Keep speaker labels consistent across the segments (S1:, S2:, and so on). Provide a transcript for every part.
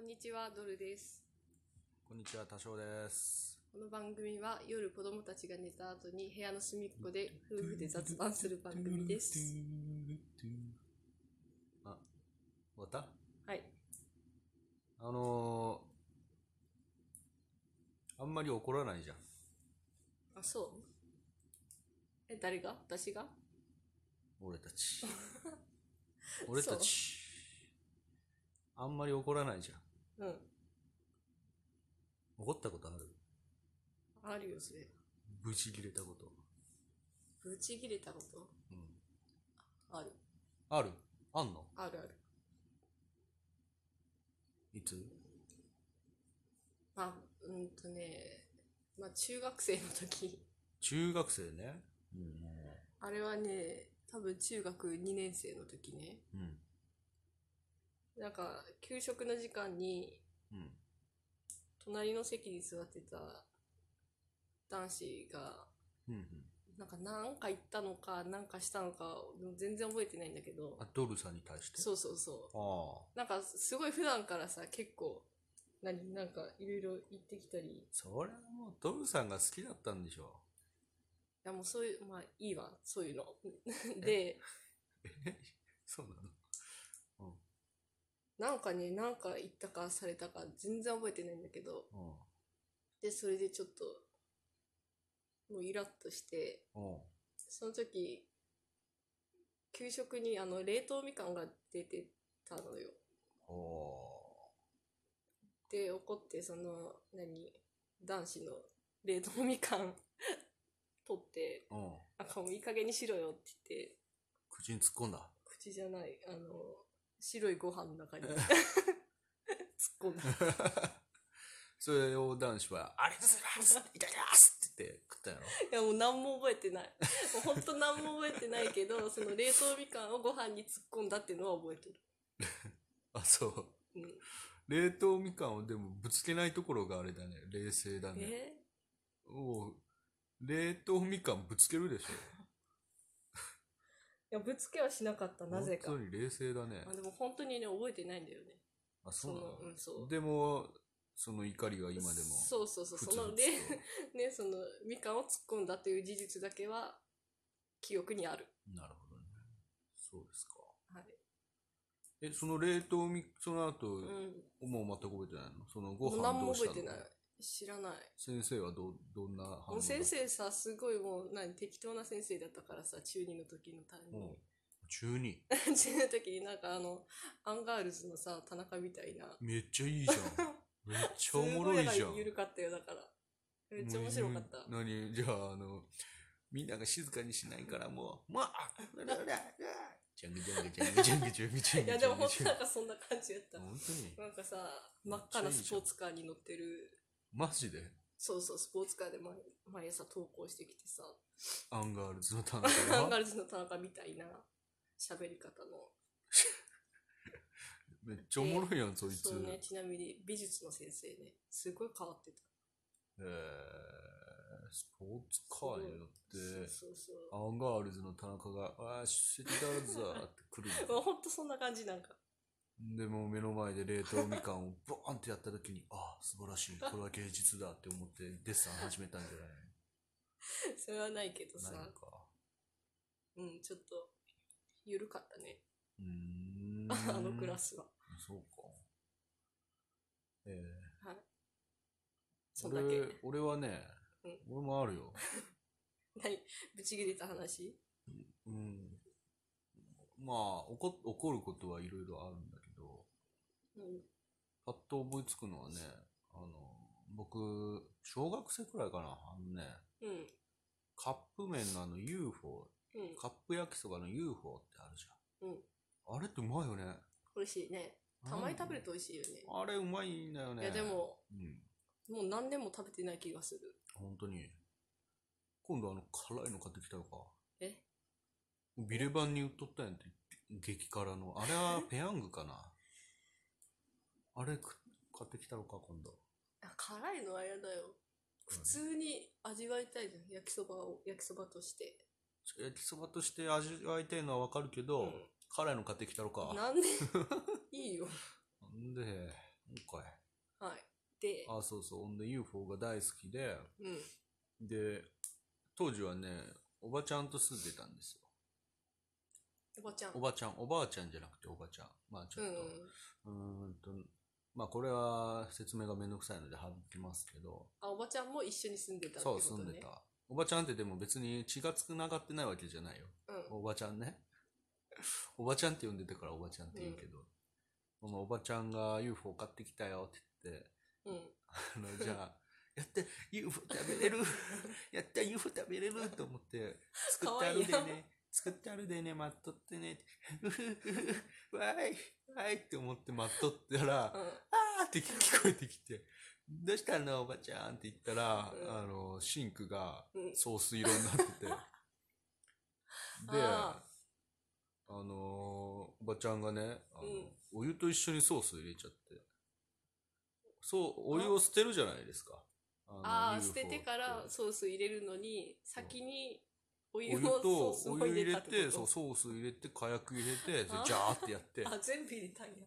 S1: んにちは、ドルです。
S2: こんにちは、多少です。
S1: この番組は夜子供たちが寝た後に部屋の隅っこで夫婦で雑談する番組です。。
S2: あ、終わった
S1: はい。
S2: あのー、あんまり怒らないじゃん。
S1: あ、そうえ、誰が私が
S2: 俺 たち。俺たち。あんまり怒らないじゃん。
S1: うん。
S2: 怒ったことある
S1: あるよ、それ。
S2: ブチ切れたこと。
S1: ぶち切れたこと
S2: うん。
S1: ある。
S2: あるあんの
S1: あるある。
S2: いつ
S1: まあ、うんとね、まあ中学生の時。
S2: 中学生ね。う
S1: あれはね、多分中学2年生の時ね。
S2: ん。うん。
S1: なんか、給食の時間に
S2: うん。
S1: 隣の席に座ってた男子が
S2: うんうん。
S1: なんか何か言ったのか何かしたのか全然覚えてないんだけど
S2: あ、ドルさんに対して
S1: そうそうそ
S2: ああ。
S1: うなんかすごい普段からさ結構何なんかいろいろ言ってきたりい
S2: それはもうドルさんが好きだったんでしょ
S1: やもうそういうまあいいわそういうので
S2: そうなの
S1: なんかね何か言ったかされたか全然覚えてないんだけど
S2: う
S1: でそれでちょっともうイラッとして
S2: ん。うん。
S1: その時給食にあの冷凍みかんが出てたのよ
S2: お
S1: で怒ってその何男子の冷凍みかん 取って
S2: ー。うん。
S1: 「なんかもういい加減にしろよ」って言って
S2: 口に突っ込んだ。
S1: 口じゃないあの白いご飯の中に 突っ込んだ
S2: それを男子は、ありがとうございますいただきますって言って食ったやろ。
S1: いやもう何も覚えてないもう本当何も覚えてないけどその冷凍みかんをご飯に突っ込んだっていうのは覚えてる、
S2: あ、そう。
S1: うん、
S2: 冷凍みかんをでもぶつけないところがあれだね。冷静だね。
S1: え
S2: おう冷凍みかんぶつけるでし
S1: いやぶつけはしなかった
S2: ょ
S1: なぜか
S2: 本当に冷静だね
S1: あ。でも本当にね覚えてないんだよね
S2: あ、そうな
S1: そのうんそう
S2: のでも、その怒りが今でも。
S1: そうそうそう
S2: ふつ
S1: その
S2: ふつ
S1: ねねそのみかんを突っ込んだという事実だけは記憶にある、
S2: となるほどね。そうですか。
S1: はい
S2: え、その冷凍み、その後、
S1: う
S2: もう全く覚えてないのその
S1: ん、
S2: ご
S1: もう
S2: 飯
S1: 何
S2: ど
S1: も
S2: うした
S1: 覚
S2: の
S1: えてない知らない
S2: 先生はどうどんな反応
S1: もう先生さすごいもう何適当な先生だったからさ中二の時の担
S2: う
S1: 任、
S2: ん中二
S1: 中二の時になんかあのアンガールズのさ田中みたいな
S2: めっちゃいいじゃん めっちゃおもろいじゃん
S1: 緩かったよだからめっちゃ面白かった
S2: もう何 じゃああのみんなが静かにしないからもうま あうらうらうらジャングジャングジャングジャングジャングジャン
S1: い
S2: グ
S1: やで
S2: ジャ
S1: も
S2: ング
S1: 本
S2: ジ
S1: 当
S2: ャ
S1: な
S2: ン
S1: んかそんな感じやった
S2: グ本当に
S1: なんかさ真っ赤なスポーツカーに乗ってる
S2: マジで
S1: そうそう、スポーツカーで毎毎朝投稿してきてさ、
S2: アンガールズの田中
S1: アンガ
S2: が
S1: ールズの田中みたいな喋り方の。
S2: めっちゃおもろいやんそいつ
S1: そうね、ちなみに美術の先生ね、すごい変わってた。
S2: えースポーツカーに乗っ
S1: そう
S2: て
S1: そう
S2: ア
S1: そ
S2: ンガールズの田中が「ああ知ってたるぞ」って来る
S1: う。
S2: の
S1: もう ほんとそんな感じなんか。
S2: でもう目の前で冷凍みかんをボーンってやった時にああ素晴らしいこれは芸術だって思ってデッサン始めたんじゃない
S1: それはないけどさ、
S2: ないのか
S1: うん、ちょっと、ゆるかったね。
S2: うーん
S1: あのクラスは。
S2: そうかええ
S1: はい。そんだけ
S2: 俺。俺はね、
S1: うん
S2: 俺もあるよ
S1: 何ぶち切れた話
S2: うんまあ怒怒ることはいろいろあるんだけど
S1: うん。
S2: パッと思いつくのはねあの僕小学生くらいかなあのね
S1: うん。
S2: カップ麺のあの UFO
S1: うん。
S2: カップ焼きそばの UFO ってあるじゃん。
S1: うん
S2: あれってうまいよね。
S1: 美味しいね。たまに食べると美味しいよね。
S2: あれうまいんだよね。
S1: いや、で。も、
S2: うん。
S1: もう何年も食べてない気がする。
S2: 本当に。今度あの辛いの買ってきたのか。
S1: え
S2: ビレバンに売っとったんやって。激辛の。あれはペヤン グかな。あれく買ってきたのか、今度。
S1: あ辛いのは嫌だよ普通に味わいたいじゃん焼きそばを焼きそばとして
S2: 焼きそばとして味わいたいのはわかるけど、
S1: うん
S2: 辛いの買ってきたのか。
S1: なんでいいよ
S2: なんで、今回。あ、そうそう。ほんで UFO が大好きで、
S1: うん。
S2: で、当時はね、おばちゃんと住んでたんですよ。
S1: おばちゃん。
S2: おばちゃん、おばあちゃんじゃなくておばちゃん。まあちょ
S1: う
S2: っ
S1: ん。
S2: と、うーんと、まあこれは説明がめんどくさいので省きますけど、
S1: あ、おばちゃんも一緒に住んでたって
S2: そ
S1: こ
S2: う、
S1: と
S2: 住んで
S1: ね。
S2: た。おばちゃんってでも別に血がつながってないわけじゃないよ。
S1: う
S2: おばちゃん ね。おばちゃんって呼んでたからおばちゃんって言うけど、このおばちゃんが UFO 買ってきたよって言って、
S1: ん。うん。
S2: あの、じゃあ、やった、UFO 食べ れるやった、UFO 食べれると思って、作ってあるで
S1: かわいい
S2: ね、作ってあるでね、待っとってね、うふふふ、わい、わいって思って待っとったら、
S1: うん。
S2: あーって聞こえてきて、どうしたのおばちゃんって言ったら、
S1: うん
S2: あの、シンクが
S1: うん
S2: 総水色になって て。で、あ
S1: あ
S2: のーおばちゃんがね、あの
S1: うん
S2: お湯と一緒にソース入れちゃって。そう、お湯を捨てるじゃないですか。
S1: あ
S2: の
S1: あ、捨
S2: UFO
S1: ててからソース入れるのに、先にお
S2: お
S1: 湯
S2: 湯
S1: をソース
S2: と
S1: も
S2: お湯
S1: 入
S2: 入
S1: れ
S2: れ
S1: たって
S2: て、
S1: こと
S2: そう、ソース入れて、火薬入れて、それ
S1: あー
S2: ジャーってやって、
S1: あ、全部入れたんや。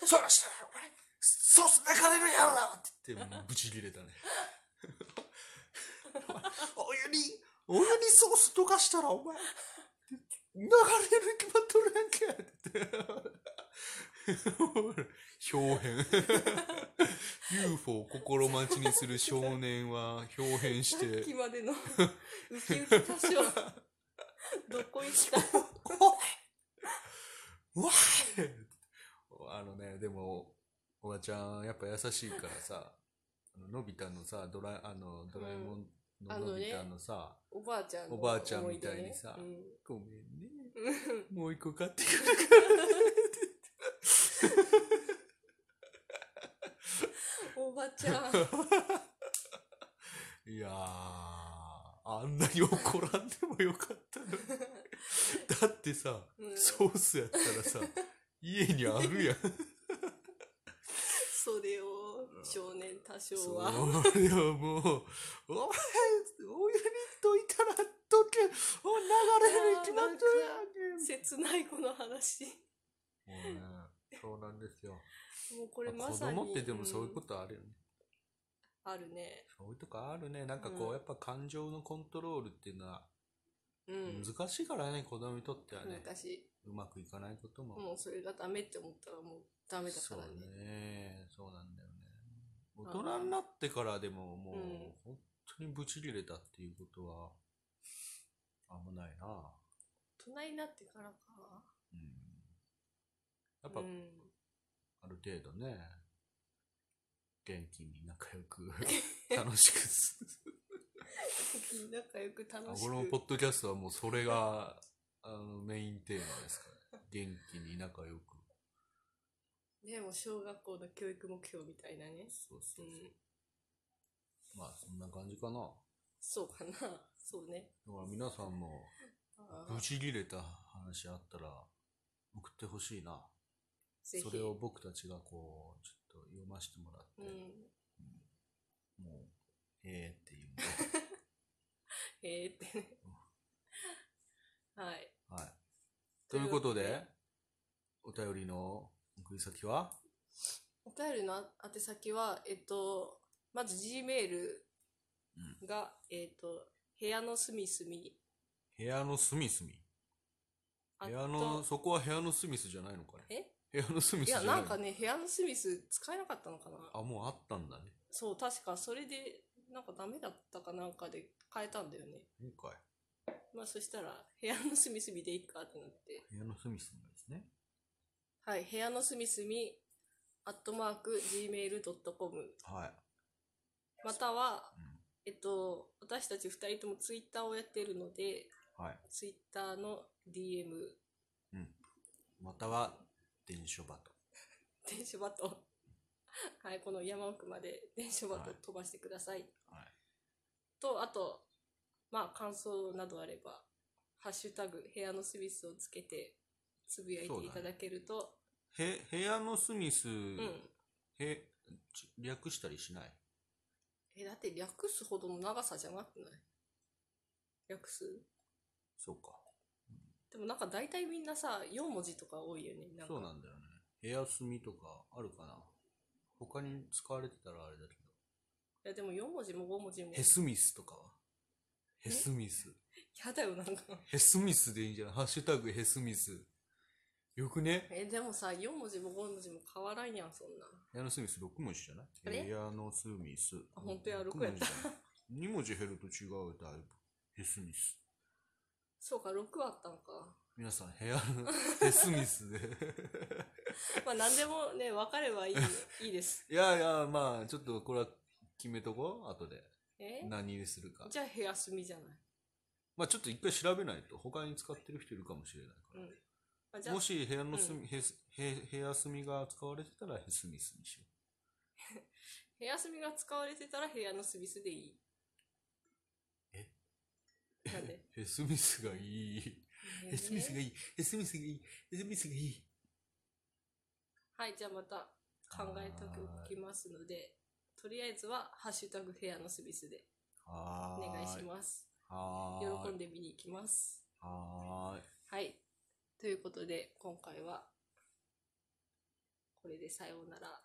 S2: そうしたら俺、ソース泣かれるやろなって言って、もうブチ切れたね。お湯に、お湯にソース溶かしたらお前、流れる決まっとるやんけって言って。 表変。UFO を心待ちにする少年は表変
S1: さ
S2: し
S1: ってき、まで のウキウキ多少、どこ行った
S2: うわーあのね、でも、おばちゃん、やっぱ優しいからさ、あののび太のさ、ドラ、あの、ドラえもん
S1: あ
S2: の
S1: のね
S2: のび太のさ、
S1: おばあちゃんの
S2: おばあちゃん
S1: 思出ね
S2: みたいにさ
S1: うん
S2: ごめんね、
S1: うん
S2: もう一個買ってくる
S1: おば ちゃん。
S2: いやー、あんなに怒らんでもよかったのに。だってさ、
S1: うん
S2: ソースやったらさ、家にあるやん。
S1: それを少年多少
S2: そ
S1: は。
S2: れはもう、お前、お湯に溶いたら溶け、お流れるに決まっとるやんけ。
S1: 切ないこの話。
S2: もうね、 そうなんですよ。
S1: もうこれ
S2: まあ
S1: ま
S2: 子
S1: さに。
S2: 供ってでもそういうこ
S1: ん
S2: とあるよね。
S1: あるね。
S2: そういうとこあるね。なんかこう、
S1: うん
S2: やっぱ感情のコントロールっていうのは
S1: うん。
S2: 難しいからね、子供にとってはね。
S1: 昔、
S2: うまくいかないことも。
S1: もうそれがダメって思ったらもうダメだか
S2: そう
S1: らね。
S2: ね。そうなんだよね。大
S1: あ
S2: 人になってからでももう、
S1: うん
S2: 本当にブチ切れたっていうことは、あんまないな。
S1: 大人になってからか。
S2: うん。やっぱ、
S1: うん、
S2: ある程度ね、元気に仲良く、 楽しくす。
S1: 仲良く 楽し
S2: この
S1: く
S2: ポッドキャストはもうそれが、あの、メインテーマですから、ね。元気に仲良く。
S1: ねもう小学校の教育目標みたいなね
S2: そうそううそ
S1: ん
S2: う。まあ、そんな感じかな。
S1: そうかなそうね
S2: だから皆さんも、
S1: あー
S2: 無事切れた話あったら、送ってほしいな。
S1: ぜひ
S2: それを僕たちがこう、ちょっと読ませてもらっ
S1: う
S2: て、
S1: ん
S2: もう、ええっていう
S1: えー、ってね はい
S2: のはい。ということ
S1: という
S2: で、お便りの送り先は
S1: お便りの宛先はえっとまず G メールが、えっと部屋の隅々
S2: 部屋の隅々。
S1: あ
S2: 部
S1: と
S2: 屋の、そこは部屋の隅々じゃないのかね。
S1: え
S2: 部屋の隅々
S1: い
S2: じゃ
S1: や
S2: ない
S1: なんかね部屋の隅々使えなかったのかな
S2: あ、もうあったんだね。
S1: そう確かそれでなんかダメだったかなんかで変えたんだよね
S2: 今回。
S1: まあそしたら部屋の隅々でいいかってなって
S2: 部屋の隅々ですね。
S1: はい部屋の隅々アットマーク gmail.com
S2: はい。
S1: または、
S2: うん
S1: えっと私たち2人ともツイッターをやっているので
S2: はい。
S1: ツイッターの DM
S2: または、電書バト。
S1: 電書バトン はいこの山奥まで電書バトン飛ばしてください、
S2: はい。
S1: とあとまあ感想などあれば「ハッシュタグ部屋のスミス」をつけてつぶやいていただけると
S2: へ、部屋の隅
S1: う,、
S2: 々、
S1: ん
S2: へ、ち略したりしない
S1: えだって略すほどの長さじゃなくない略す
S2: そうか。
S1: でもなんか大体みんなさ4文字とか多いよねなんか
S2: そうなんだよね。部屋隅とかあるかな他に使われてたらあれだけど。
S1: いや、でも4文字も5文字も。
S2: ヘスミスとかはヘスミス。
S1: やだよ、なんか。
S2: ヘスミスでいいんじゃないハッシュタグヘスミス。よくね
S1: え、でもさ、4文字も5文字も変わらんやん、そんな。
S2: ヘアノスミス6文字じゃない
S1: あれ
S2: ヘアノスミス。
S1: あ本当や6やった
S2: 2文字減ると違うだいぶ。ヘスミス。
S1: そうか、6あったんか。
S2: 皆さん、ヘアのヘスミスで。
S1: まあ、なんでもね、分かればいい、いい です。
S2: いやいや、まあ、ちょっとこれは決めとこう。後で。
S1: え
S2: 何にするか。
S1: じゃあ、部屋住みじゃない。
S2: まあ、ちょっと一回調べないと。他に使ってる人いるかもしれないから。
S1: うんあじゃあ
S2: も、し部屋のすみ、
S1: う
S2: ヘスヘヘアスミが使われてたらヘスミスにしよ
S1: 部屋住みが使われてたら部屋のスミスでいい。
S2: え
S1: なん で
S2: う。ヘスミスがいい。ヘスミスがいい。ヘスミスがいい。ヘスミスがいい。
S1: はい、じゃあまた考えておきますので、とりあえずは、ハッシュタグ部屋のスミスでお
S2: はー
S1: 願
S2: い。
S1: いします。
S2: は
S1: 喜
S2: ーい。
S1: んで見に行きます。
S2: はーい。
S1: はい。ということで、今回は、これでさようなら。